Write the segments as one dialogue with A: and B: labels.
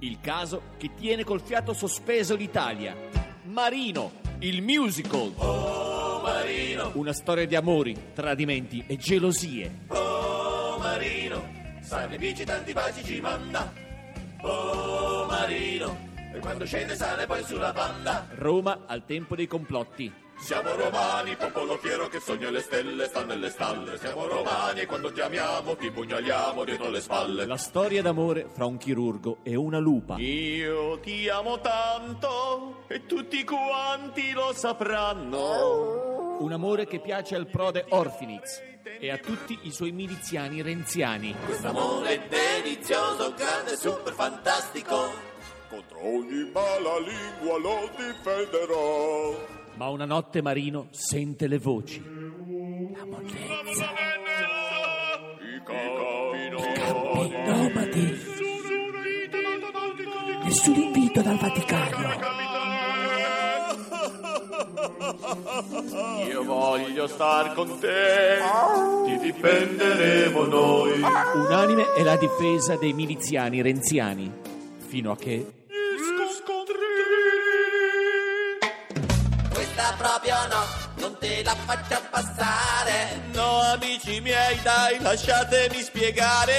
A: Il caso che tiene col fiato sospeso l'Italia. Marino, il musical. Oh, Marino! Una storia di amori, tradimenti e gelosie.
B: Oh Marino, San Bici tanti baci ci manda. Oh Marino, e quando scende sale poi sulla banda.
A: Roma al tempo dei complotti.
B: Siamo romani, popolo fiero che sogna le stelle, sta nelle stalle. Siamo romani e quando ti amiamo ti pugnaliamo dietro le spalle.
A: La storia d'amore fra un chirurgo e una lupa.
B: Io ti amo tanto e tutti quanti lo sapranno.
A: Un amore che piace al prode Orfiniz e a tutti i suoi miliziani renziani.
B: Quest'amore è delizioso, grande, super fantastico. Contro ogni mala lingua lo difenderò.
A: Ma una notte Marino sente le voci. La mollezza.
B: I campinoni.
C: Nomadi, nessun invito dal Vaticano.
B: Io voglio star con te, ti difenderemo noi.
A: Unanime è la difesa dei miliziani renziani. Fino a che.
D: Questa proprio no, non te la faccia passare.
B: No, amici miei, dai, lasciatemi spiegare.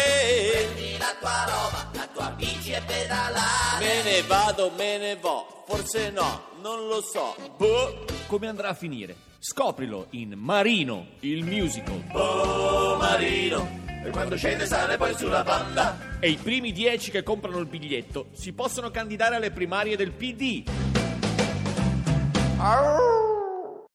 D: Prendi la tua roba, la tua bici e pedalare.
B: Me ne vado, me ne vo, forse no, non lo so. Boh.
A: Come andrà a finire? Scoprilo in Marino, il musical.
B: Oh, Marino, e quando scende sale poi sulla banda.
A: E i primi dieci che comprano il biglietto si possono candidare alle primarie del PD.